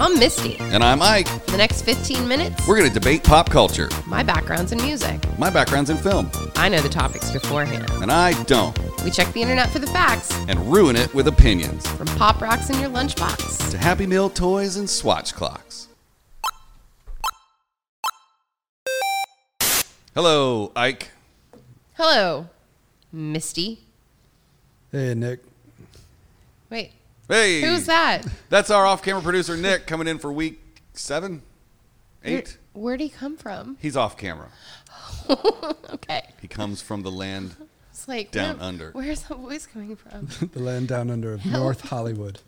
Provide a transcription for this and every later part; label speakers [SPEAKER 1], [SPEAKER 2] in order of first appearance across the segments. [SPEAKER 1] I'm Misty.
[SPEAKER 2] And I'm Ike.
[SPEAKER 1] For the next 15 minutes,
[SPEAKER 2] We're going to debate pop culture.
[SPEAKER 1] my background's in music.
[SPEAKER 2] My background's in film,
[SPEAKER 1] I know the topics beforehand.
[SPEAKER 2] and I don't,
[SPEAKER 1] We check the internet for the facts
[SPEAKER 2] and ruin it with opinions.
[SPEAKER 1] from pop rocks in your lunchbox.
[SPEAKER 2] To Happy Meal toys and swatch clocks. Hello, Ike.
[SPEAKER 1] Hello, Misty.
[SPEAKER 3] Hey, Nick.
[SPEAKER 1] Wait,
[SPEAKER 2] Hey.
[SPEAKER 1] who's that?
[SPEAKER 2] That's our off camera producer, Nick, coming in for week seven, eight.
[SPEAKER 1] Where'd he come from?
[SPEAKER 2] He's off camera.
[SPEAKER 1] Okay.
[SPEAKER 2] He comes from the land.
[SPEAKER 1] It's like
[SPEAKER 2] Down
[SPEAKER 1] where-
[SPEAKER 2] under.
[SPEAKER 1] Where's that voice coming from?
[SPEAKER 3] The land down under of North Hollywood.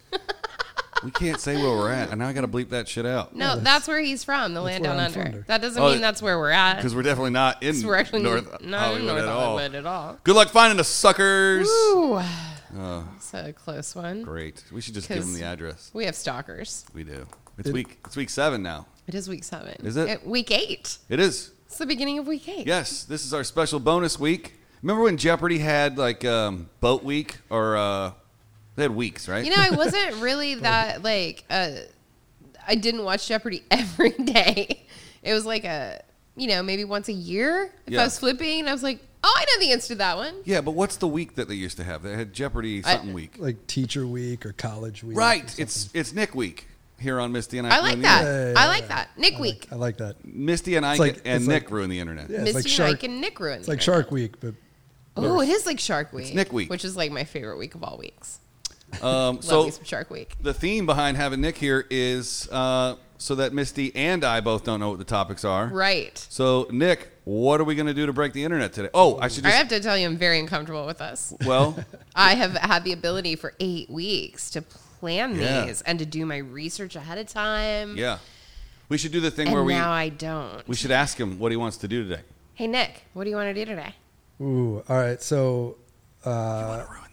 [SPEAKER 2] We can't say where we're at, and now I got to bleep that shit out.
[SPEAKER 1] No, that's where he's from, the land
[SPEAKER 3] where
[SPEAKER 1] down
[SPEAKER 3] I'm
[SPEAKER 1] under.
[SPEAKER 3] from, dude.
[SPEAKER 1] That doesn't
[SPEAKER 2] Oh,
[SPEAKER 1] mean that's where we're at.
[SPEAKER 2] Because we're definitely not in
[SPEAKER 1] We're actually
[SPEAKER 2] North
[SPEAKER 1] not in
[SPEAKER 2] Hollywood
[SPEAKER 1] North
[SPEAKER 2] at
[SPEAKER 1] Hollywood
[SPEAKER 2] all.
[SPEAKER 1] at all.
[SPEAKER 2] Good luck finding us, suckers.
[SPEAKER 1] Ooh. It's a close one.
[SPEAKER 2] Great. We should just give them
[SPEAKER 1] 'Cause-
[SPEAKER 2] the address.
[SPEAKER 1] We have stalkers.
[SPEAKER 2] We do. It's week. It's week seven now.
[SPEAKER 1] It is week seven.
[SPEAKER 2] Is it?
[SPEAKER 1] week eight.
[SPEAKER 2] It is.
[SPEAKER 1] It's the beginning of week eight.
[SPEAKER 2] Yes. This is our special bonus week. Remember when Jeopardy had like um, boat week or uh, they had weeks, right?
[SPEAKER 1] You know, I wasn't really that like. Uh, I didn't watch Jeopardy every day. It was like a, you know, maybe once a year. If
[SPEAKER 2] Yeah.
[SPEAKER 1] I was flipping, and I was like, oh, I know the answer to that one.
[SPEAKER 2] yeah, but what's the week that they used to have? They had Jeopardy
[SPEAKER 1] I-
[SPEAKER 2] something week.
[SPEAKER 3] Like teacher week or college week.
[SPEAKER 2] Right. It's it's Nick week here on Misty and I.
[SPEAKER 1] I
[SPEAKER 2] ruin
[SPEAKER 1] like
[SPEAKER 2] the
[SPEAKER 1] that.
[SPEAKER 2] internet.
[SPEAKER 3] Yeah, yeah,
[SPEAKER 1] I
[SPEAKER 3] yeah,
[SPEAKER 1] like
[SPEAKER 3] yeah.
[SPEAKER 1] that. Nick
[SPEAKER 3] I
[SPEAKER 1] Week.
[SPEAKER 3] Like, I like that.
[SPEAKER 2] Misty and I
[SPEAKER 3] It's like-
[SPEAKER 2] get- and
[SPEAKER 3] it's
[SPEAKER 2] Nick
[SPEAKER 3] like-
[SPEAKER 2] ruin the internet.
[SPEAKER 3] Yeah,
[SPEAKER 1] Missy
[SPEAKER 3] it's like
[SPEAKER 1] and
[SPEAKER 3] Shark.
[SPEAKER 1] Ike and Nick ruined.
[SPEAKER 3] It's like Shark Week, but
[SPEAKER 1] Oh, it is like Shark Week.
[SPEAKER 2] Nick Week.
[SPEAKER 1] which is like my favorite week of all weeks.
[SPEAKER 2] Um,
[SPEAKER 1] Love
[SPEAKER 2] so
[SPEAKER 1] me some Shark Week.
[SPEAKER 2] the theme behind having Nick here is uh, so that Misty and I both don't know what the topics are.
[SPEAKER 1] Right.
[SPEAKER 2] So Nick, what are we going to do to break the internet today? Oh, I should
[SPEAKER 1] I
[SPEAKER 2] just
[SPEAKER 1] have to tell you, I'm very uncomfortable with us.
[SPEAKER 2] well.
[SPEAKER 1] I have had the ability for eight weeks to plan
[SPEAKER 2] Yeah.
[SPEAKER 1] these and to do my research ahead of time.
[SPEAKER 2] Yeah. We should do the thing
[SPEAKER 1] And
[SPEAKER 2] where we
[SPEAKER 1] now I don't.
[SPEAKER 2] we should ask him what he wants to do today.
[SPEAKER 1] hey, Nick, what do you want to do today?
[SPEAKER 3] ooh, all right. So
[SPEAKER 2] Ruin the internet.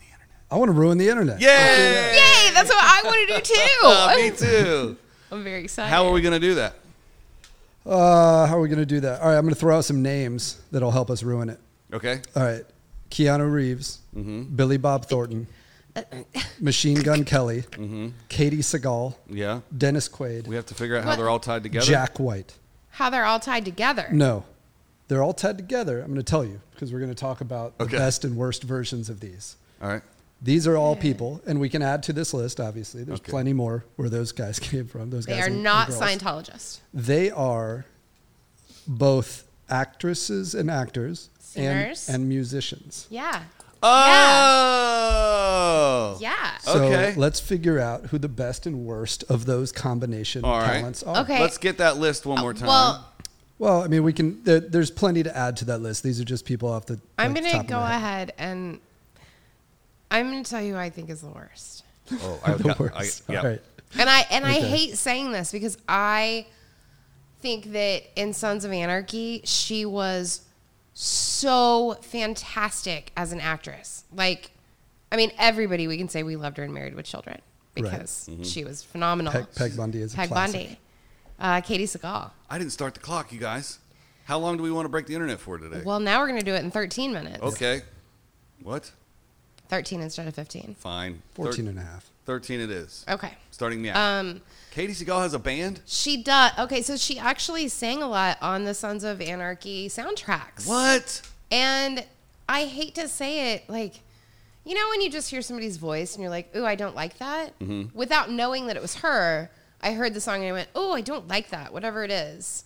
[SPEAKER 3] I want to ruin the internet.
[SPEAKER 1] Oh,
[SPEAKER 2] Yay!
[SPEAKER 1] Yay, that's what I want to do too.
[SPEAKER 2] Uh, me
[SPEAKER 1] I'm,
[SPEAKER 2] too.
[SPEAKER 1] I'm very excited.
[SPEAKER 2] How are we going to do that?
[SPEAKER 3] Uh, how are we gonna do that? All right, I'm gonna throw out some names that'll help us ruin it.
[SPEAKER 2] Okay.
[SPEAKER 3] All right, Keanu Reeves,
[SPEAKER 2] Mm-hmm.
[SPEAKER 3] Billy Bob Thornton, Machine Gun Kelly, Katie Seagal,
[SPEAKER 2] Yeah.
[SPEAKER 3] Dennis Quaid,
[SPEAKER 2] Mm-hmm. We have to figure out how
[SPEAKER 1] What?
[SPEAKER 2] they're all tied together.
[SPEAKER 3] Jack White.
[SPEAKER 1] How they're all tied together.
[SPEAKER 3] No, they're all tied together. I'm going to tell you because we're going to talk about
[SPEAKER 2] Okay.
[SPEAKER 3] the best and worst versions of these.
[SPEAKER 2] All right.
[SPEAKER 3] These are all people, and we can add to this list. Obviously, there's
[SPEAKER 2] Okay.
[SPEAKER 3] plenty more where those guys came from. Those
[SPEAKER 1] they
[SPEAKER 3] guys
[SPEAKER 1] are
[SPEAKER 3] and- and
[SPEAKER 1] not
[SPEAKER 3] girls.
[SPEAKER 1] Scientologists.
[SPEAKER 3] They are both actresses and actors, and,
[SPEAKER 1] Singers.
[SPEAKER 3] and musicians.
[SPEAKER 1] Yeah.
[SPEAKER 2] Oh.
[SPEAKER 1] Yeah.
[SPEAKER 3] So
[SPEAKER 2] Okay.
[SPEAKER 3] let's figure out who the best and worst of those combination
[SPEAKER 2] All right.
[SPEAKER 3] talents are.
[SPEAKER 1] Okay. Uh,
[SPEAKER 2] Let's get that list one more time.
[SPEAKER 1] Well,
[SPEAKER 3] Well, I mean, we can. There, there's plenty to add to that list. These are just people off the.
[SPEAKER 1] I'm
[SPEAKER 3] like,
[SPEAKER 1] going
[SPEAKER 3] top
[SPEAKER 1] to
[SPEAKER 3] of
[SPEAKER 1] go
[SPEAKER 3] my head.
[SPEAKER 1] ahead and I'm going to tell you who I think is the worst.
[SPEAKER 2] oh, I've
[SPEAKER 3] The
[SPEAKER 2] got, I,
[SPEAKER 3] worst.
[SPEAKER 2] yeah.
[SPEAKER 3] All right.
[SPEAKER 1] And I and I
[SPEAKER 3] Okay.
[SPEAKER 1] hate saying this because I think that in Sons of Anarchy she was so fantastic as an actress. Like I mean everybody we can say we loved her in Married with Children
[SPEAKER 3] Right. Mm-hmm.
[SPEAKER 1] because she was phenomenal.
[SPEAKER 3] Peg, Peg Bundy is a
[SPEAKER 1] Peg
[SPEAKER 3] classic.
[SPEAKER 1] Bundy. Uh, Katie Seagal.
[SPEAKER 2] I didn't start the clock, you guys. How long do we want to break the internet for today?
[SPEAKER 1] Well, now we're going to do it in 13 minutes.
[SPEAKER 2] okay. What?
[SPEAKER 1] 13 instead of 15.
[SPEAKER 2] Fine.
[SPEAKER 3] 14 and a half.
[SPEAKER 2] 13 it is.
[SPEAKER 1] Okay.
[SPEAKER 2] Starting now.
[SPEAKER 1] Um,
[SPEAKER 2] Katie Seagal has a band?
[SPEAKER 1] she does. Okay, so she actually sang a lot on the Sons of Anarchy soundtracks.
[SPEAKER 2] What?
[SPEAKER 1] And I hate to say it, like, you know, when you just hear somebody's voice and you're like, ooh, I don't like that,
[SPEAKER 2] Mm-hmm.
[SPEAKER 1] without knowing that it was her, I heard the song and I went, oh, I don't like that, whatever it is.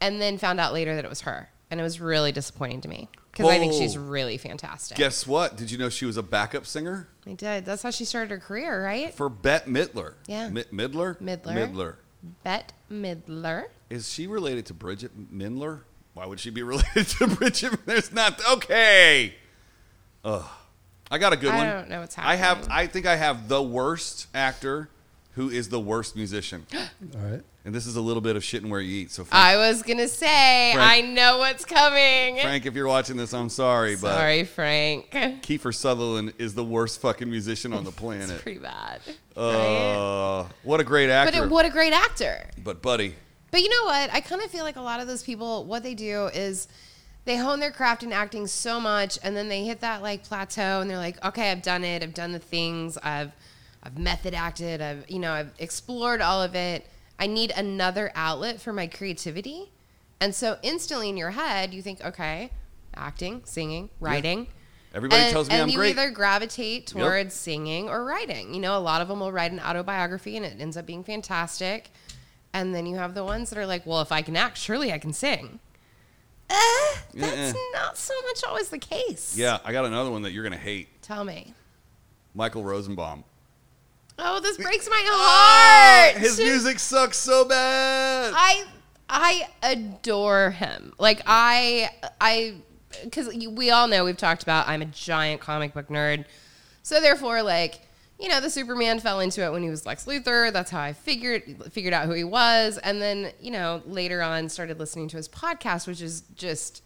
[SPEAKER 1] And then found out later that it was her. And it was really disappointing to me because I think she's
[SPEAKER 2] Whoa.
[SPEAKER 1] really fantastic.
[SPEAKER 2] Oh. Guess what? Did you know she was a backup singer
[SPEAKER 1] I did. That's how she started her career, right?
[SPEAKER 2] for Bette Midler?
[SPEAKER 1] Yeah.
[SPEAKER 2] Mi- Midler?
[SPEAKER 1] Midler.
[SPEAKER 2] Midler.
[SPEAKER 1] Bette Midler.
[SPEAKER 2] Is she related to Bridget Midler? Why would she be related to Bridget? There's not. Okay. Ugh. I got a good
[SPEAKER 1] I
[SPEAKER 2] one.
[SPEAKER 1] don't know what's
[SPEAKER 2] I have.
[SPEAKER 1] happening.
[SPEAKER 2] I think I have the worst actor, who is the worst musician,
[SPEAKER 3] All right.
[SPEAKER 2] and this is a little bit of shit and where you eat. So, Frank,
[SPEAKER 1] I was going to say,
[SPEAKER 2] Frank.
[SPEAKER 1] I know what's coming.
[SPEAKER 2] Frank, if you're watching this, I'm sorry, but
[SPEAKER 1] Sorry, Frank. It's
[SPEAKER 2] Kiefer Sutherland is the worst fucking musician on the planet.
[SPEAKER 1] pretty bad. right?
[SPEAKER 2] Uh, what a great actor!
[SPEAKER 1] But it, what a great actor.
[SPEAKER 2] But buddy,
[SPEAKER 1] But you know what? I kind of feel like a lot of those people, what they do is they hone their craft in acting so much, and then they hit that like plateau, and they're like, okay, I've done it. I've done the things. I've I've method acted. I've you know I've explored all of it. I need another outlet for my creativity. And so instantly in your head, you think, okay, acting, singing, writing.
[SPEAKER 2] Everybody
[SPEAKER 1] and,
[SPEAKER 2] tells me
[SPEAKER 1] and
[SPEAKER 2] I'm
[SPEAKER 1] you
[SPEAKER 2] great.
[SPEAKER 1] either gravitate towards singing or writing. You know, a lot of them will write an autobiography and it ends up being fantastic. And then you have the ones that are like, well, if I can act, surely I can sing. Eh, that's
[SPEAKER 2] Uh-uh.
[SPEAKER 1] not so much always the case.
[SPEAKER 2] Yeah, I got another one that you're gonna hate.
[SPEAKER 1] Tell me.
[SPEAKER 2] Michael Rosenbaum.
[SPEAKER 1] Oh, this breaks my heart.
[SPEAKER 2] Ah, His music sucks so bad.
[SPEAKER 1] I I adore him. Like I I because we all know we've talked about I'm a giant comic book nerd, so therefore like you know the Superman fell into it when he was Lex Luthor. That's how I figured figured out who he was, and then you know later on started listening to his podcast, which is just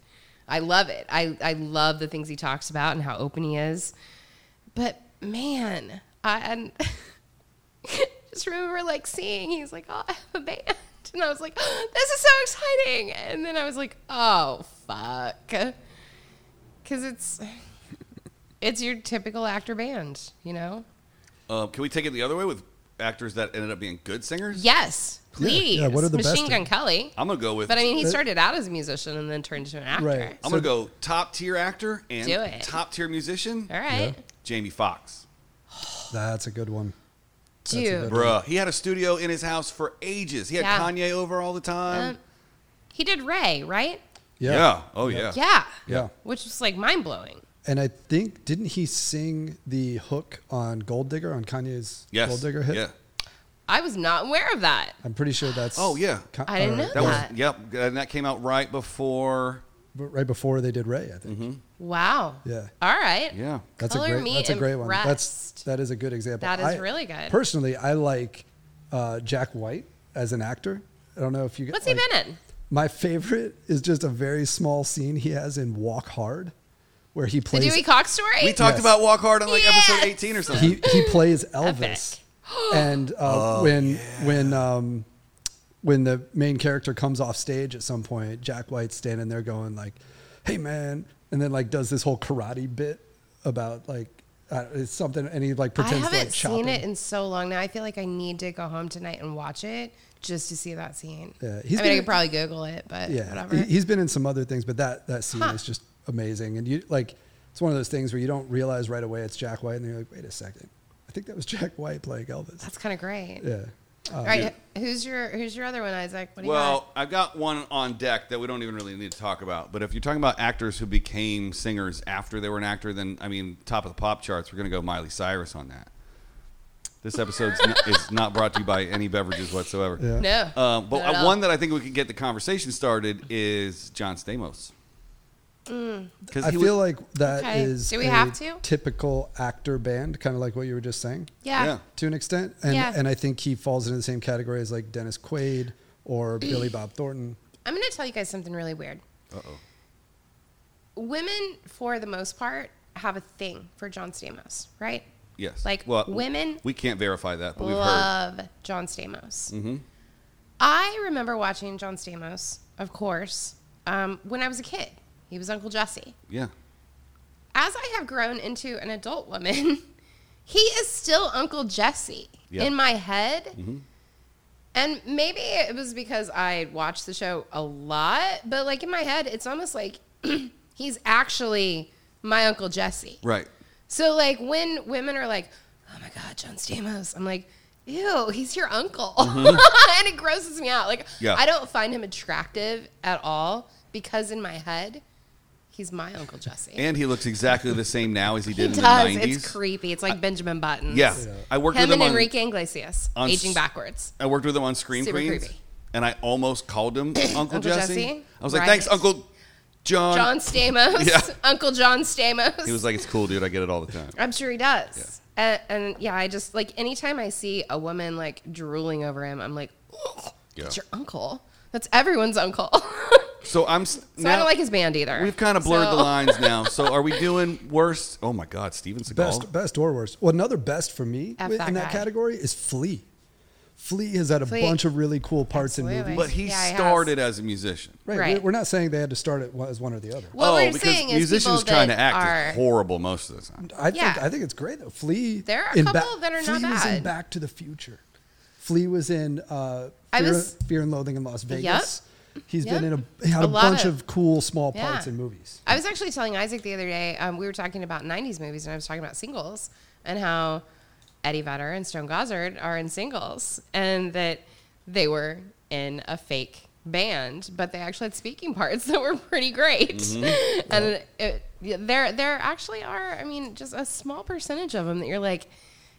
[SPEAKER 1] I love it. I I love the things he talks about and how open he is. But man, I and just remember like seeing he's like, "Oh, I have a band," and I was like, "Oh, "This is so exciting!" And then I was like, "Oh fuck," because it's it's your typical actor band, you know?
[SPEAKER 2] Uh, can we take it the other way with actors that ended up being good singers?
[SPEAKER 1] Yes, please.
[SPEAKER 3] yeah, what are the best
[SPEAKER 1] Machine
[SPEAKER 3] of-
[SPEAKER 1] Gun Kelly?
[SPEAKER 2] I'm gonna go with.
[SPEAKER 1] But I mean, he
[SPEAKER 3] Uh,
[SPEAKER 1] started out as a musician and then turned into an actor.
[SPEAKER 3] Right.
[SPEAKER 2] I'm gonna go top tier actor and
[SPEAKER 1] Do it.
[SPEAKER 2] top tier musician.
[SPEAKER 1] All right,
[SPEAKER 3] Yeah.
[SPEAKER 2] Jamie Foxx.
[SPEAKER 3] That's a good one. a
[SPEAKER 1] dude.
[SPEAKER 3] good
[SPEAKER 2] Bruh, he had a studio in his house for ages. He had
[SPEAKER 1] Yeah.
[SPEAKER 2] Kanye over all the time.
[SPEAKER 1] Um, he did Ray, right?
[SPEAKER 3] Yeah.
[SPEAKER 2] Yeah. Oh yeah.
[SPEAKER 1] Yeah.
[SPEAKER 3] Yeah.
[SPEAKER 1] Which was like mind blowing.
[SPEAKER 3] And I think didn't he sing the hook on Gold Digger on Kanye's
[SPEAKER 2] Yes.
[SPEAKER 3] Gold Digger hit?
[SPEAKER 2] Yeah.
[SPEAKER 1] I was not aware of that.
[SPEAKER 3] I'm pretty sure that's.
[SPEAKER 2] Oh, yeah.
[SPEAKER 3] Ka-
[SPEAKER 1] I didn't
[SPEAKER 3] or-
[SPEAKER 1] know
[SPEAKER 2] That
[SPEAKER 1] Yeah.
[SPEAKER 2] was yep, and that came out right before.
[SPEAKER 3] but right before they did Ray, I think.
[SPEAKER 2] Mm-hmm.
[SPEAKER 1] Wow.
[SPEAKER 3] Yeah.
[SPEAKER 1] All right.
[SPEAKER 2] Yeah.
[SPEAKER 3] That's
[SPEAKER 1] Color
[SPEAKER 3] a great.
[SPEAKER 1] me
[SPEAKER 3] That's a great one. That's
[SPEAKER 1] impressed.
[SPEAKER 3] that is a good example.
[SPEAKER 1] That is
[SPEAKER 3] I-
[SPEAKER 1] really good.
[SPEAKER 3] Personally, I like uh, Jack White as an actor. I don't know if you.
[SPEAKER 1] What's
[SPEAKER 3] like,
[SPEAKER 1] he been in?
[SPEAKER 3] My favorite is just a very small scene he has in Walk Hard, where he
[SPEAKER 1] The
[SPEAKER 3] plays.
[SPEAKER 1] Dewey Cox story?
[SPEAKER 2] We talked
[SPEAKER 3] Yes.
[SPEAKER 2] about Walk Hard on like
[SPEAKER 1] Yes.
[SPEAKER 2] episode 18 or something.
[SPEAKER 3] he he plays Elvis, and uh, when when um, when the main character comes off stage at some point, Jack White's standing there going like, "Hey man," and then like does this whole karate bit about like uh, it's something, and he like
[SPEAKER 1] I
[SPEAKER 3] pretends to
[SPEAKER 1] haven't
[SPEAKER 3] like chop
[SPEAKER 1] seen
[SPEAKER 3] him.
[SPEAKER 1] it in so long now. I feel like I need to go home tonight and watch it just to see that scene.
[SPEAKER 3] Yeah, he's
[SPEAKER 1] I mean, I
[SPEAKER 3] been-
[SPEAKER 1] could probably Google it, but
[SPEAKER 3] yeah,
[SPEAKER 1] whatever.
[SPEAKER 3] he, he's been in some other things, but that that scene
[SPEAKER 1] Huh.
[SPEAKER 3] is just amazing, and you like it's one of those things where you don't realize right away it's Jack White, and then you're like, wait a second, I think that was Jack White playing Elvis.
[SPEAKER 1] That's kind of great.
[SPEAKER 3] Yeah, uh,
[SPEAKER 1] All right, who's your who's your other one, Isaac? What do you
[SPEAKER 2] Well,
[SPEAKER 1] got?
[SPEAKER 2] I've got one on deck that we don't even really need to talk about. But if you're talking about actors who became singers after they were an actor, then I mean, top of the pop charts, we're going to go Miley Cyrus on that. This episode is not brought to you by any beverages whatsoever.
[SPEAKER 3] Yeah.
[SPEAKER 1] No,
[SPEAKER 2] Um, but
[SPEAKER 1] not at
[SPEAKER 2] uh,
[SPEAKER 1] all.
[SPEAKER 2] one that I think we could get the conversation started is John Stamos.
[SPEAKER 1] Mm.
[SPEAKER 2] Because
[SPEAKER 3] I
[SPEAKER 2] he
[SPEAKER 3] feel
[SPEAKER 2] was-
[SPEAKER 3] like that is
[SPEAKER 1] Okay. Do we have to?
[SPEAKER 3] typical actor band, kind of like what you were just saying
[SPEAKER 1] yeah.
[SPEAKER 2] yeah.
[SPEAKER 3] to an extent. And,
[SPEAKER 1] Yeah.
[SPEAKER 3] and I think he falls into the same category as like Dennis Quaid or Billy Bob Thornton.
[SPEAKER 1] I'm going to tell you guys something really weird.
[SPEAKER 2] Uh oh.
[SPEAKER 1] Women, for the most part, have a thing for John Stamos, right?
[SPEAKER 2] Yes.
[SPEAKER 1] Like, women
[SPEAKER 2] We can't verify that, but we've heard. Mm-hmm.
[SPEAKER 1] love John Stamos. I remember watching John Stamos, of course, um, when I was a kid. He was Uncle Jesse.
[SPEAKER 2] Yeah.
[SPEAKER 1] As I have grown into an adult woman, he is still Uncle Jesse
[SPEAKER 2] Yeah. Mm-hmm.
[SPEAKER 1] in my head. And maybe it was because I watched the show a lot, but like in my head, it's almost like he's actually my Uncle Jesse.
[SPEAKER 2] Right.
[SPEAKER 1] So like when women are like, "Oh my God, John Stamos," I'm like, "Ew, he's your uncle," and it grosses me out. Like
[SPEAKER 2] Mm-hmm. Yeah.
[SPEAKER 1] I don't find him attractive at all because in my head, he's my uncle Jesse.
[SPEAKER 2] And he looks exactly the same now as he
[SPEAKER 1] he
[SPEAKER 2] did in
[SPEAKER 1] does.
[SPEAKER 2] the 90s.
[SPEAKER 1] It's creepy. It's like Benjamin Button.
[SPEAKER 2] Yeah. I worked
[SPEAKER 1] Him
[SPEAKER 2] with
[SPEAKER 1] and
[SPEAKER 2] him on
[SPEAKER 1] Enrique Iglesias
[SPEAKER 2] on
[SPEAKER 1] aging
[SPEAKER 2] s-
[SPEAKER 1] backwards.
[SPEAKER 2] I worked with him on Scream
[SPEAKER 1] Super
[SPEAKER 2] Queens,
[SPEAKER 1] creepy.
[SPEAKER 2] and I almost called him Uncle,
[SPEAKER 1] Uncle
[SPEAKER 2] Jesse.
[SPEAKER 1] Jesse?
[SPEAKER 2] I was like,
[SPEAKER 1] Right.
[SPEAKER 2] "Thanks, Uncle John."
[SPEAKER 1] John Stamos,
[SPEAKER 2] Yeah.
[SPEAKER 1] Uncle John Stamos.
[SPEAKER 2] He was like, "It's cool, dude. I get it all the time."
[SPEAKER 1] I'm sure he does. And, and yeah, I just like anytime I see a woman like drooling over him, I'm like, "Ugh,
[SPEAKER 2] Yeah.
[SPEAKER 1] that's your uncle. That's everyone's uncle. so
[SPEAKER 2] So I'm s-
[SPEAKER 1] I
[SPEAKER 2] now.
[SPEAKER 1] don't like his band either.
[SPEAKER 2] we've kind of blurred
[SPEAKER 1] So-
[SPEAKER 2] the lines now. So are we doing worst? Oh my God, Steven Seagal.
[SPEAKER 3] Best, best or worst. Well, another best for me
[SPEAKER 1] F
[SPEAKER 3] wi-
[SPEAKER 1] that
[SPEAKER 3] in that
[SPEAKER 1] guy.
[SPEAKER 3] category is Flea. Flea has had a
[SPEAKER 1] Flea.
[SPEAKER 3] bunch of really cool parts in
[SPEAKER 1] Absolutely.
[SPEAKER 3] movies.
[SPEAKER 2] but he
[SPEAKER 1] Yeah, he has.
[SPEAKER 2] started as a musician.
[SPEAKER 3] right,
[SPEAKER 1] Right.
[SPEAKER 3] we- We're not saying they had to start it one- as one or the other.
[SPEAKER 1] What
[SPEAKER 2] oh,
[SPEAKER 1] we're
[SPEAKER 2] because
[SPEAKER 1] saying is
[SPEAKER 2] musicians
[SPEAKER 1] people
[SPEAKER 2] trying
[SPEAKER 1] that
[SPEAKER 2] to act
[SPEAKER 1] are-
[SPEAKER 2] is horrible most of the time.
[SPEAKER 3] I think
[SPEAKER 1] Yeah.
[SPEAKER 3] I think it's great though. Flea.
[SPEAKER 1] There are a
[SPEAKER 3] in Ba-
[SPEAKER 1] couple that are not
[SPEAKER 3] Flea was in
[SPEAKER 1] bad.
[SPEAKER 3] Back to the Future. Flea was in uh,
[SPEAKER 1] I
[SPEAKER 3] Fear,
[SPEAKER 1] was-
[SPEAKER 3] Fear and Loathing in Las Vegas. He's been in
[SPEAKER 1] Yep.
[SPEAKER 3] a, he had
[SPEAKER 1] A
[SPEAKER 3] a,
[SPEAKER 1] lot
[SPEAKER 3] bunch
[SPEAKER 1] of-
[SPEAKER 3] of, cool small
[SPEAKER 1] Yeah.
[SPEAKER 3] parts in movies.
[SPEAKER 1] I was actually telling Isaac the other day, um, we were talking about 90s movies, and I was talking about singles and how Eddie Vedder and Stone Gossard are in singles and that they were in a fake band, but they actually had speaking parts that were pretty great. and it, yeah, there, there actually are, I mean, just a small percentage of them that you're like,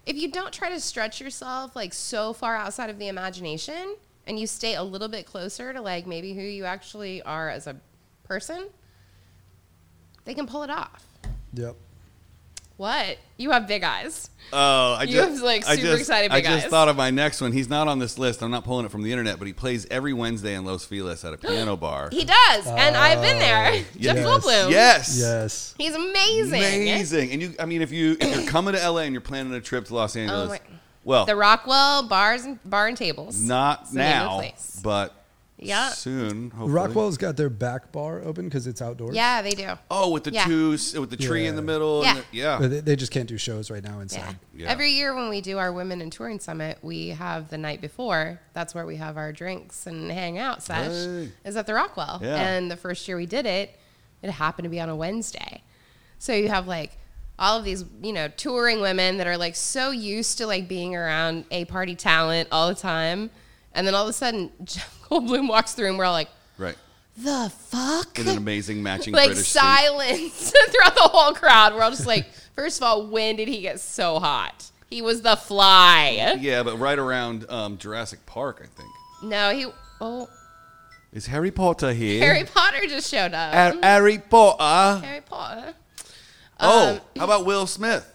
[SPEAKER 1] if you don't try to stretch yourself like so far outside of the imagination and you stay a little bit closer to like maybe who you actually are as a person they can pull it off.
[SPEAKER 3] Yep.
[SPEAKER 1] What? You have big eyes.
[SPEAKER 2] Oh, I
[SPEAKER 1] You
[SPEAKER 2] just
[SPEAKER 1] have, like,
[SPEAKER 2] I
[SPEAKER 1] super
[SPEAKER 2] just,
[SPEAKER 1] excited
[SPEAKER 2] I
[SPEAKER 1] big
[SPEAKER 2] just
[SPEAKER 1] eyes.
[SPEAKER 2] thought of my next one. He's not on this list. I'm not pulling it from the internet, but he plays every Wednesday in Los Feliz at a piano bar.
[SPEAKER 1] He does, and I've been there. Jeff
[SPEAKER 3] yes.
[SPEAKER 1] Goldblum.
[SPEAKER 2] Oh, Yes.
[SPEAKER 3] Yes.
[SPEAKER 1] He's amazing.
[SPEAKER 2] Amazing. And you I mean if you if you're coming to LA and you're planning a trip to Los Angeles,
[SPEAKER 1] my-
[SPEAKER 2] well,
[SPEAKER 1] Oh, The Rockwell bars and bar and tables.
[SPEAKER 2] not
[SPEAKER 1] It's the name of the
[SPEAKER 2] now,
[SPEAKER 1] place.
[SPEAKER 2] but
[SPEAKER 1] Yeah.
[SPEAKER 2] soon, hopefully.
[SPEAKER 3] Rockwell's got their back bar open because it's outdoors.
[SPEAKER 1] Yeah, they do.
[SPEAKER 2] Oh, with the
[SPEAKER 1] Yeah.
[SPEAKER 2] two with the tree in the
[SPEAKER 3] Yeah.
[SPEAKER 2] middle. and the-
[SPEAKER 1] Yeah.
[SPEAKER 2] yeah.
[SPEAKER 3] But they, they just can't do shows right now
[SPEAKER 1] Yeah.
[SPEAKER 3] inside.
[SPEAKER 2] Yeah.
[SPEAKER 1] Every year when we do our Women in Touring Summit, we have the night before. That's where we have our drinks and hang out sesh.
[SPEAKER 2] Hey.
[SPEAKER 1] Is at the Rockwell.
[SPEAKER 2] Yeah.
[SPEAKER 1] And the first year we did it, it happened to be on a Wednesday. So you have like all of these, you know, touring women that are like so used to like being around a party talent all the time. And then all of a sudden, Jeff Goldblum walks through and we're all like,
[SPEAKER 2] Right.
[SPEAKER 1] the fuck?
[SPEAKER 2] In an amazing matching
[SPEAKER 1] like
[SPEAKER 2] British suit.
[SPEAKER 1] silence throughout the whole crowd. We're all just like, first of all, when did he get so hot? He was the fly.
[SPEAKER 2] Yeah, but right around um, Jurassic Park, I think.
[SPEAKER 1] No, he. Oh,
[SPEAKER 2] Is Harry Potter here?
[SPEAKER 1] Harry Potter just showed up.
[SPEAKER 2] Har- Harry
[SPEAKER 3] Uh,
[SPEAKER 2] Potter.
[SPEAKER 1] Harry Potter.
[SPEAKER 2] Oh, how about Will Smith?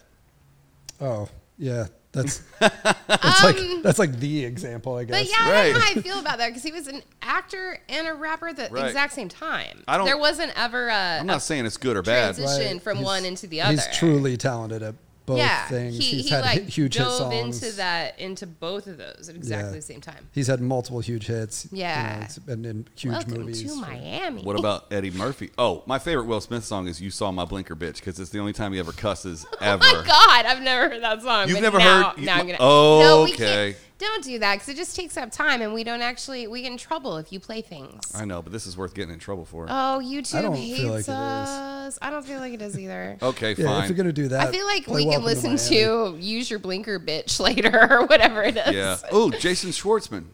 [SPEAKER 3] Oh, yeah. That's that's like that's like the example, I
[SPEAKER 1] Um, But
[SPEAKER 3] guess.
[SPEAKER 1] yeah, I don't know
[SPEAKER 2] right.
[SPEAKER 1] how I feel about that because he was an actor and a rapper at the
[SPEAKER 2] Right.
[SPEAKER 1] exact same time.
[SPEAKER 2] I don't-
[SPEAKER 1] There wasn't ever a,
[SPEAKER 2] I'm
[SPEAKER 1] a
[SPEAKER 2] not saying it's good or bad.
[SPEAKER 1] Transition. from one into the
[SPEAKER 3] He's
[SPEAKER 1] other.
[SPEAKER 3] truly talented at both things. he's had hit- huge hit
[SPEAKER 1] dove
[SPEAKER 3] songs.
[SPEAKER 1] into that into both of those at
[SPEAKER 3] Yeah.
[SPEAKER 1] exactly the same time.
[SPEAKER 3] He's had multiple huge hits. you know,
[SPEAKER 1] Yeah.
[SPEAKER 3] it's been in huge
[SPEAKER 1] Welcome
[SPEAKER 3] movies.
[SPEAKER 1] to Miami.
[SPEAKER 2] What about Eddie Murphy? Oh, my favorite Will Smith song is "You Saw My Blinker Bitch" because it's the only time he ever cusses ever.
[SPEAKER 1] Oh my god, I've never heard that song.
[SPEAKER 2] You've
[SPEAKER 1] but
[SPEAKER 2] never
[SPEAKER 1] now,
[SPEAKER 2] heard- you-
[SPEAKER 1] Now I'm gonna.
[SPEAKER 2] Oh,
[SPEAKER 1] no, we
[SPEAKER 2] okay.
[SPEAKER 1] Can't, don't do that because it just takes up time, and we don't actually. We get in trouble if you play things.
[SPEAKER 2] I know, but this is worth getting in trouble for.
[SPEAKER 1] oh, YouTube
[SPEAKER 3] don't
[SPEAKER 1] hates
[SPEAKER 3] feel like it is.
[SPEAKER 1] us. I don't feel like it is either.
[SPEAKER 2] okay,
[SPEAKER 3] Yeah, if
[SPEAKER 2] fine.
[SPEAKER 3] you're gonna do that,
[SPEAKER 1] I feel like
[SPEAKER 3] play
[SPEAKER 1] we can
[SPEAKER 3] Welcome
[SPEAKER 1] listen
[SPEAKER 3] Miami.
[SPEAKER 1] to, "Use Your Blinker, Bitch" later or whatever it is.
[SPEAKER 2] yeah. Oh, Jason Schwartzman.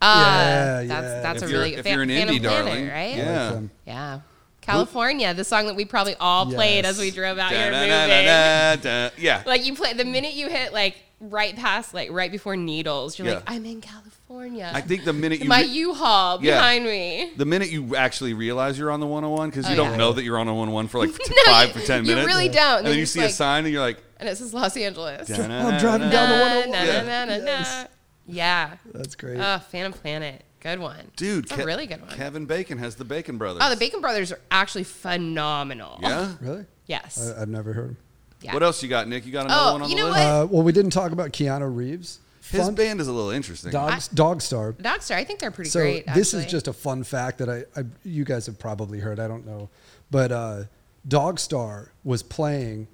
[SPEAKER 1] Uh,
[SPEAKER 3] Yeah,
[SPEAKER 1] that's
[SPEAKER 3] yeah.
[SPEAKER 1] that's
[SPEAKER 2] If
[SPEAKER 1] a
[SPEAKER 2] you're-
[SPEAKER 1] really
[SPEAKER 2] if
[SPEAKER 1] good fan-
[SPEAKER 2] you're an
[SPEAKER 1] Phantom
[SPEAKER 2] indie
[SPEAKER 1] Planet,
[SPEAKER 2] darling,
[SPEAKER 1] right?
[SPEAKER 2] yeah.
[SPEAKER 3] I like um, them.
[SPEAKER 1] Yeah. California, the song that we probably all played
[SPEAKER 3] Yes.
[SPEAKER 1] as we drove out here moving.
[SPEAKER 2] Da-da-da-da-da. Yeah.
[SPEAKER 1] Like you play the minute you hit like right past like right before needles, you're like,
[SPEAKER 2] Yeah.
[SPEAKER 1] I'm in California.
[SPEAKER 2] I think the minute you
[SPEAKER 1] my
[SPEAKER 2] re-
[SPEAKER 1] U-Haul
[SPEAKER 2] Yeah.
[SPEAKER 1] behind me.
[SPEAKER 2] the minute you actually realize you're on the 101 because you
[SPEAKER 1] Oh,
[SPEAKER 2] don't
[SPEAKER 1] yeah.
[SPEAKER 2] know that you're on a 101 for like t-
[SPEAKER 1] No,
[SPEAKER 2] five
[SPEAKER 1] you-
[SPEAKER 2] or ten
[SPEAKER 1] you
[SPEAKER 2] minutes.
[SPEAKER 1] really
[SPEAKER 2] Yeah.
[SPEAKER 1] don't.
[SPEAKER 2] And
[SPEAKER 1] Then
[SPEAKER 2] then you
[SPEAKER 1] it's
[SPEAKER 2] see a
[SPEAKER 1] like-
[SPEAKER 2] sign and you're like,
[SPEAKER 1] And it says Los Angeles.
[SPEAKER 2] Yeah.
[SPEAKER 3] I'm driving down the
[SPEAKER 1] Na,
[SPEAKER 3] 101.
[SPEAKER 1] na, na, na, na, na.
[SPEAKER 3] Yes.
[SPEAKER 1] Yeah.
[SPEAKER 3] That's great.
[SPEAKER 1] Oh, Phantom Planet. Good one.
[SPEAKER 2] dude,
[SPEAKER 1] It's a
[SPEAKER 2] Ke-
[SPEAKER 1] really good one.
[SPEAKER 2] Kevin Bacon has the Bacon Brothers.
[SPEAKER 1] Oh, the Bacon Brothers are actually phenomenal.
[SPEAKER 2] yeah.
[SPEAKER 3] really?
[SPEAKER 1] Yes.
[SPEAKER 3] I, I've never heard. Him.
[SPEAKER 1] Yeah.
[SPEAKER 2] What else you got, Nick? You got another
[SPEAKER 1] Oh,
[SPEAKER 2] one on
[SPEAKER 1] you
[SPEAKER 2] the
[SPEAKER 1] know
[SPEAKER 2] list?
[SPEAKER 1] what?
[SPEAKER 3] Uh, well, we didn't talk about Keanu Reeves.
[SPEAKER 2] His
[SPEAKER 3] Fun
[SPEAKER 2] band is a little interesting.
[SPEAKER 3] dogs, dog star.
[SPEAKER 1] Dogstar, I think they're pretty
[SPEAKER 3] So
[SPEAKER 1] great.
[SPEAKER 3] this
[SPEAKER 1] actually.
[SPEAKER 3] is just a fun fact that I, I you guys have probably heard. I don't know, but uh, Dog Star was playing,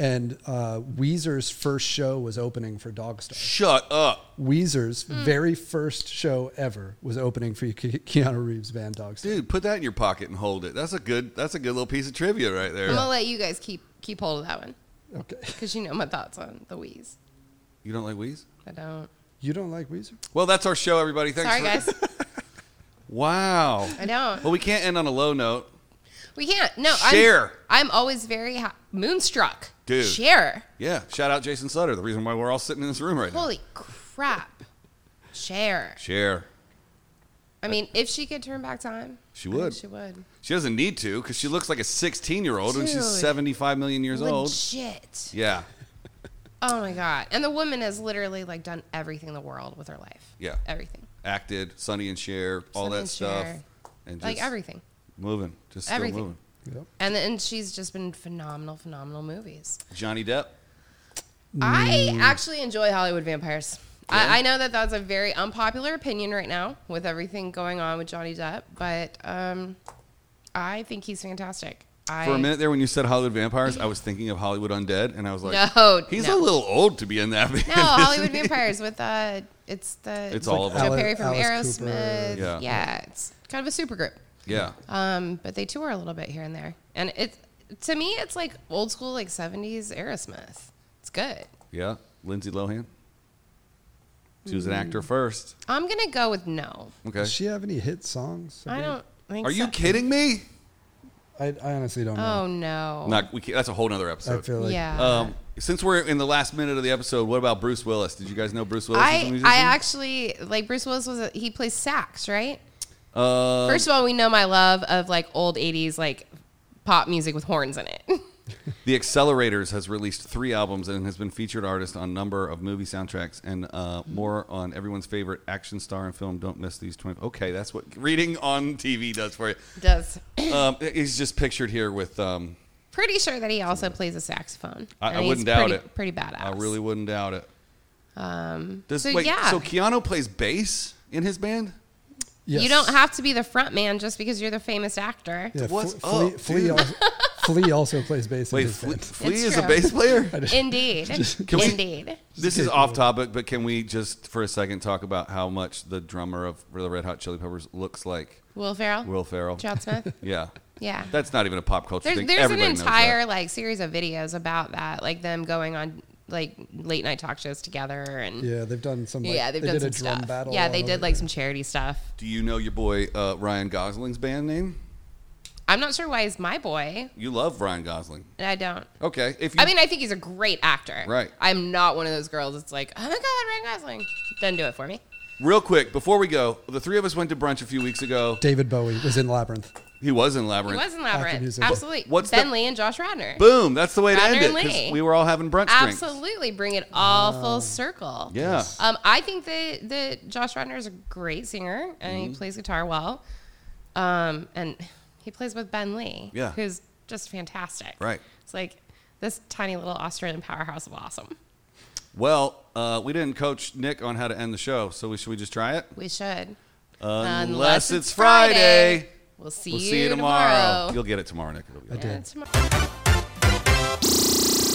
[SPEAKER 3] and uh, Weezer's first show was opening for Dog Star.
[SPEAKER 2] Shut up,
[SPEAKER 3] Weezer's
[SPEAKER 1] Hmm.
[SPEAKER 3] very first show ever was opening for Ke- Keanu Reeves' band Dog Star.
[SPEAKER 2] dude. Put that in your pocket and hold it. That's a good. That's a good little piece of trivia right there.
[SPEAKER 1] I'm gonna let you guys keep keep hold of that one
[SPEAKER 3] Okay,
[SPEAKER 1] because you know my thoughts on the Wheeze.
[SPEAKER 2] You don't like Wheeze?
[SPEAKER 1] I don't.
[SPEAKER 3] you don't like Weezer?
[SPEAKER 2] Well, that's our show, everybody. Thanks.
[SPEAKER 1] Sorry,
[SPEAKER 2] for-
[SPEAKER 1] guys.
[SPEAKER 2] Wow.
[SPEAKER 1] I don't.
[SPEAKER 2] Well, we can't end on a low note.
[SPEAKER 1] We can't. No.
[SPEAKER 2] Share.
[SPEAKER 1] I'm, I'm always very ha- moonstruck.
[SPEAKER 2] Dude.
[SPEAKER 1] Share.
[SPEAKER 2] Yeah. Shout out Jason Sutter, the reason why we're all sitting in this room right now.
[SPEAKER 1] Holy crap. Share.
[SPEAKER 2] Share.
[SPEAKER 1] I mean, if she could turn back time,
[SPEAKER 2] She
[SPEAKER 1] I think
[SPEAKER 2] would.
[SPEAKER 1] She would.
[SPEAKER 2] She doesn't need to because she looks like a 16 year old and she's
[SPEAKER 1] Dude.
[SPEAKER 2] 75 million years old.
[SPEAKER 1] Legit.
[SPEAKER 2] Yeah.
[SPEAKER 1] Oh my god. And the woman has literally like done everything in the world with her life.
[SPEAKER 2] Yeah.
[SPEAKER 1] Everything.
[SPEAKER 2] Acted, Sonny and Cher, all
[SPEAKER 1] Sonny
[SPEAKER 2] that
[SPEAKER 1] and
[SPEAKER 2] stuff.
[SPEAKER 1] Cher.
[SPEAKER 2] And just
[SPEAKER 1] Like everything.
[SPEAKER 2] Moving. Just still
[SPEAKER 1] Everything.
[SPEAKER 2] moving.
[SPEAKER 3] Yep.
[SPEAKER 1] And and she's just been phenomenal, phenomenal movies.
[SPEAKER 2] Johnny Depp. Mm.
[SPEAKER 1] I actually enjoy Hollywood vampires. I, I know that that's a very unpopular opinion right now with everything going on with Johnny Depp, but um, I think he's fantastic. I,
[SPEAKER 2] For a minute there, when you said Hollywood vampires, I was thinking of Hollywood Undead, and I was like,
[SPEAKER 1] No,
[SPEAKER 2] he's
[SPEAKER 1] no.
[SPEAKER 2] a little old to be in that.
[SPEAKER 1] No, Hollywood vampires with uh, It's the
[SPEAKER 2] It's all of
[SPEAKER 1] Joe
[SPEAKER 2] them.
[SPEAKER 1] Perry from
[SPEAKER 3] Alice Cooper.
[SPEAKER 1] Aerosmith.
[SPEAKER 2] Yeah.
[SPEAKER 1] Yeah. it's kind of a supergroup.
[SPEAKER 2] Yeah.
[SPEAKER 1] Um, but they tour a little bit here and there, and it to me it's like old school like '70s Aerosmith. It's good.
[SPEAKER 2] Yeah. Lindsay Lohan. She
[SPEAKER 1] Hmm.
[SPEAKER 2] was an actor first.
[SPEAKER 1] I'm gonna go with no.
[SPEAKER 2] Okay.
[SPEAKER 3] Does she have any hit songs?
[SPEAKER 1] I don't think.
[SPEAKER 2] Mm-hmm. Are you
[SPEAKER 1] so.
[SPEAKER 2] kidding me?
[SPEAKER 3] I, I honestly don't know.
[SPEAKER 1] Oh no.
[SPEAKER 2] Not, we can't, that's a whole nother
[SPEAKER 3] I
[SPEAKER 2] episode.
[SPEAKER 3] feel like
[SPEAKER 1] yeah.
[SPEAKER 2] Um, since we're in the last minute of the episode, what about Bruce Willis? Did you guys know Bruce Willis? is a
[SPEAKER 1] I
[SPEAKER 2] musician?
[SPEAKER 1] I actually like Bruce Willis was a, he plays sax right.
[SPEAKER 2] Uh,
[SPEAKER 1] First of all, we know my love of like old '80s like pop music with horns in it.
[SPEAKER 2] The Accelerators has released three albums and has been featured artist on a number of movie soundtracks and uh, more on everyone's favorite action star and film. Don't miss these 20. Okay, that's what reading on TV does for you.
[SPEAKER 1] Does
[SPEAKER 2] Um, he's just pictured here with. Um,
[SPEAKER 1] pretty sure that he also plays a saxophone.
[SPEAKER 2] I, I
[SPEAKER 1] And he's
[SPEAKER 2] wouldn't doubt
[SPEAKER 1] pretty,
[SPEAKER 2] it.
[SPEAKER 1] Pretty badass.
[SPEAKER 2] I really wouldn't doubt it. Um, Does,
[SPEAKER 1] so
[SPEAKER 2] wait,
[SPEAKER 1] yeah.
[SPEAKER 2] So Keanu plays bass in his band?
[SPEAKER 3] Yes.
[SPEAKER 1] You don't have to be the front man just because you're the famous actor.
[SPEAKER 3] Yeah,
[SPEAKER 2] What's
[SPEAKER 3] Fle-
[SPEAKER 2] up,
[SPEAKER 3] Flea, Flea,
[SPEAKER 2] dude?
[SPEAKER 3] also, Flea also plays bass. in
[SPEAKER 2] Wait,
[SPEAKER 3] his
[SPEAKER 2] Flea,
[SPEAKER 3] band.
[SPEAKER 2] Flea
[SPEAKER 1] It's
[SPEAKER 2] is a
[SPEAKER 1] true.
[SPEAKER 2] bass player?
[SPEAKER 1] Indeed.
[SPEAKER 2] Can we-
[SPEAKER 1] Indeed.
[SPEAKER 2] This is off topic, but can we just for a second talk about how much the drummer of the Red Hot Chili Peppers looks like
[SPEAKER 1] Will Ferrell.
[SPEAKER 2] Will Ferrell?
[SPEAKER 1] Chad Smith.
[SPEAKER 2] Yeah.
[SPEAKER 1] Yeah.
[SPEAKER 2] That's not even a pop culture
[SPEAKER 1] There's,
[SPEAKER 2] thing.
[SPEAKER 1] there's an
[SPEAKER 2] Everybody
[SPEAKER 1] entire
[SPEAKER 2] knows
[SPEAKER 1] like series of videos about that, like them going on like late night talk shows together and
[SPEAKER 3] Yeah, they've done some. Like,
[SPEAKER 1] yeah, they've
[SPEAKER 3] they
[SPEAKER 1] done
[SPEAKER 3] did
[SPEAKER 1] some
[SPEAKER 3] a drum
[SPEAKER 1] stuff.
[SPEAKER 3] battle.
[SPEAKER 1] yeah,
[SPEAKER 3] on
[SPEAKER 1] they
[SPEAKER 3] a-
[SPEAKER 1] did like some charity stuff.
[SPEAKER 2] that. Do you know your boy uh, Ryan Gosling's band name?
[SPEAKER 1] I'm not sure why he's my boy,
[SPEAKER 2] You love Ryan Gosling.
[SPEAKER 1] and I don't.
[SPEAKER 2] Okay. If you,
[SPEAKER 1] I mean, I think he's a great actor.
[SPEAKER 2] Right.
[SPEAKER 1] I'm not one of those girls that's like, oh my god, Ryan Gosling. Doesn't do it for me.
[SPEAKER 2] real quick before we go, the three of us went to brunch a few weeks ago.
[SPEAKER 3] David Bowie was in Labyrinth.
[SPEAKER 2] He was in
[SPEAKER 1] He
[SPEAKER 2] Labyrinth.
[SPEAKER 1] was in
[SPEAKER 3] music.
[SPEAKER 1] Labyrinth.
[SPEAKER 3] But
[SPEAKER 1] Absolutely.
[SPEAKER 2] what's
[SPEAKER 1] ben
[SPEAKER 2] the-
[SPEAKER 1] Lee and Josh Radner.
[SPEAKER 2] Boom! That's the way to
[SPEAKER 1] Rather
[SPEAKER 2] end it.
[SPEAKER 1] than
[SPEAKER 2] 'cause
[SPEAKER 1] Lee.
[SPEAKER 2] We were all having brunch drinks.
[SPEAKER 1] Absolutely, bring it all
[SPEAKER 2] Oh.
[SPEAKER 1] full circle.
[SPEAKER 2] Yeah.
[SPEAKER 1] Um, I think that that Josh Radner is a great singer and
[SPEAKER 2] Mm-hmm.
[SPEAKER 1] he plays guitar well. Um, and he plays with Ben Lee.
[SPEAKER 2] Yeah.
[SPEAKER 1] Who's just fantastic.
[SPEAKER 2] Right.
[SPEAKER 1] It's like this tiny little Australian powerhouse of awesome.
[SPEAKER 2] Well, uh, we didn't coach Nick on how to end the show, so we, should we just try it?
[SPEAKER 1] We should.
[SPEAKER 2] Unless, it's Friday.
[SPEAKER 1] We'll see
[SPEAKER 2] We'll
[SPEAKER 1] you
[SPEAKER 2] see you tomorrow.
[SPEAKER 1] tomorrow.
[SPEAKER 2] You'll get it tomorrow, Nick. It'll be all
[SPEAKER 3] I
[SPEAKER 2] right.
[SPEAKER 3] did.
[SPEAKER 1] And tomorrow.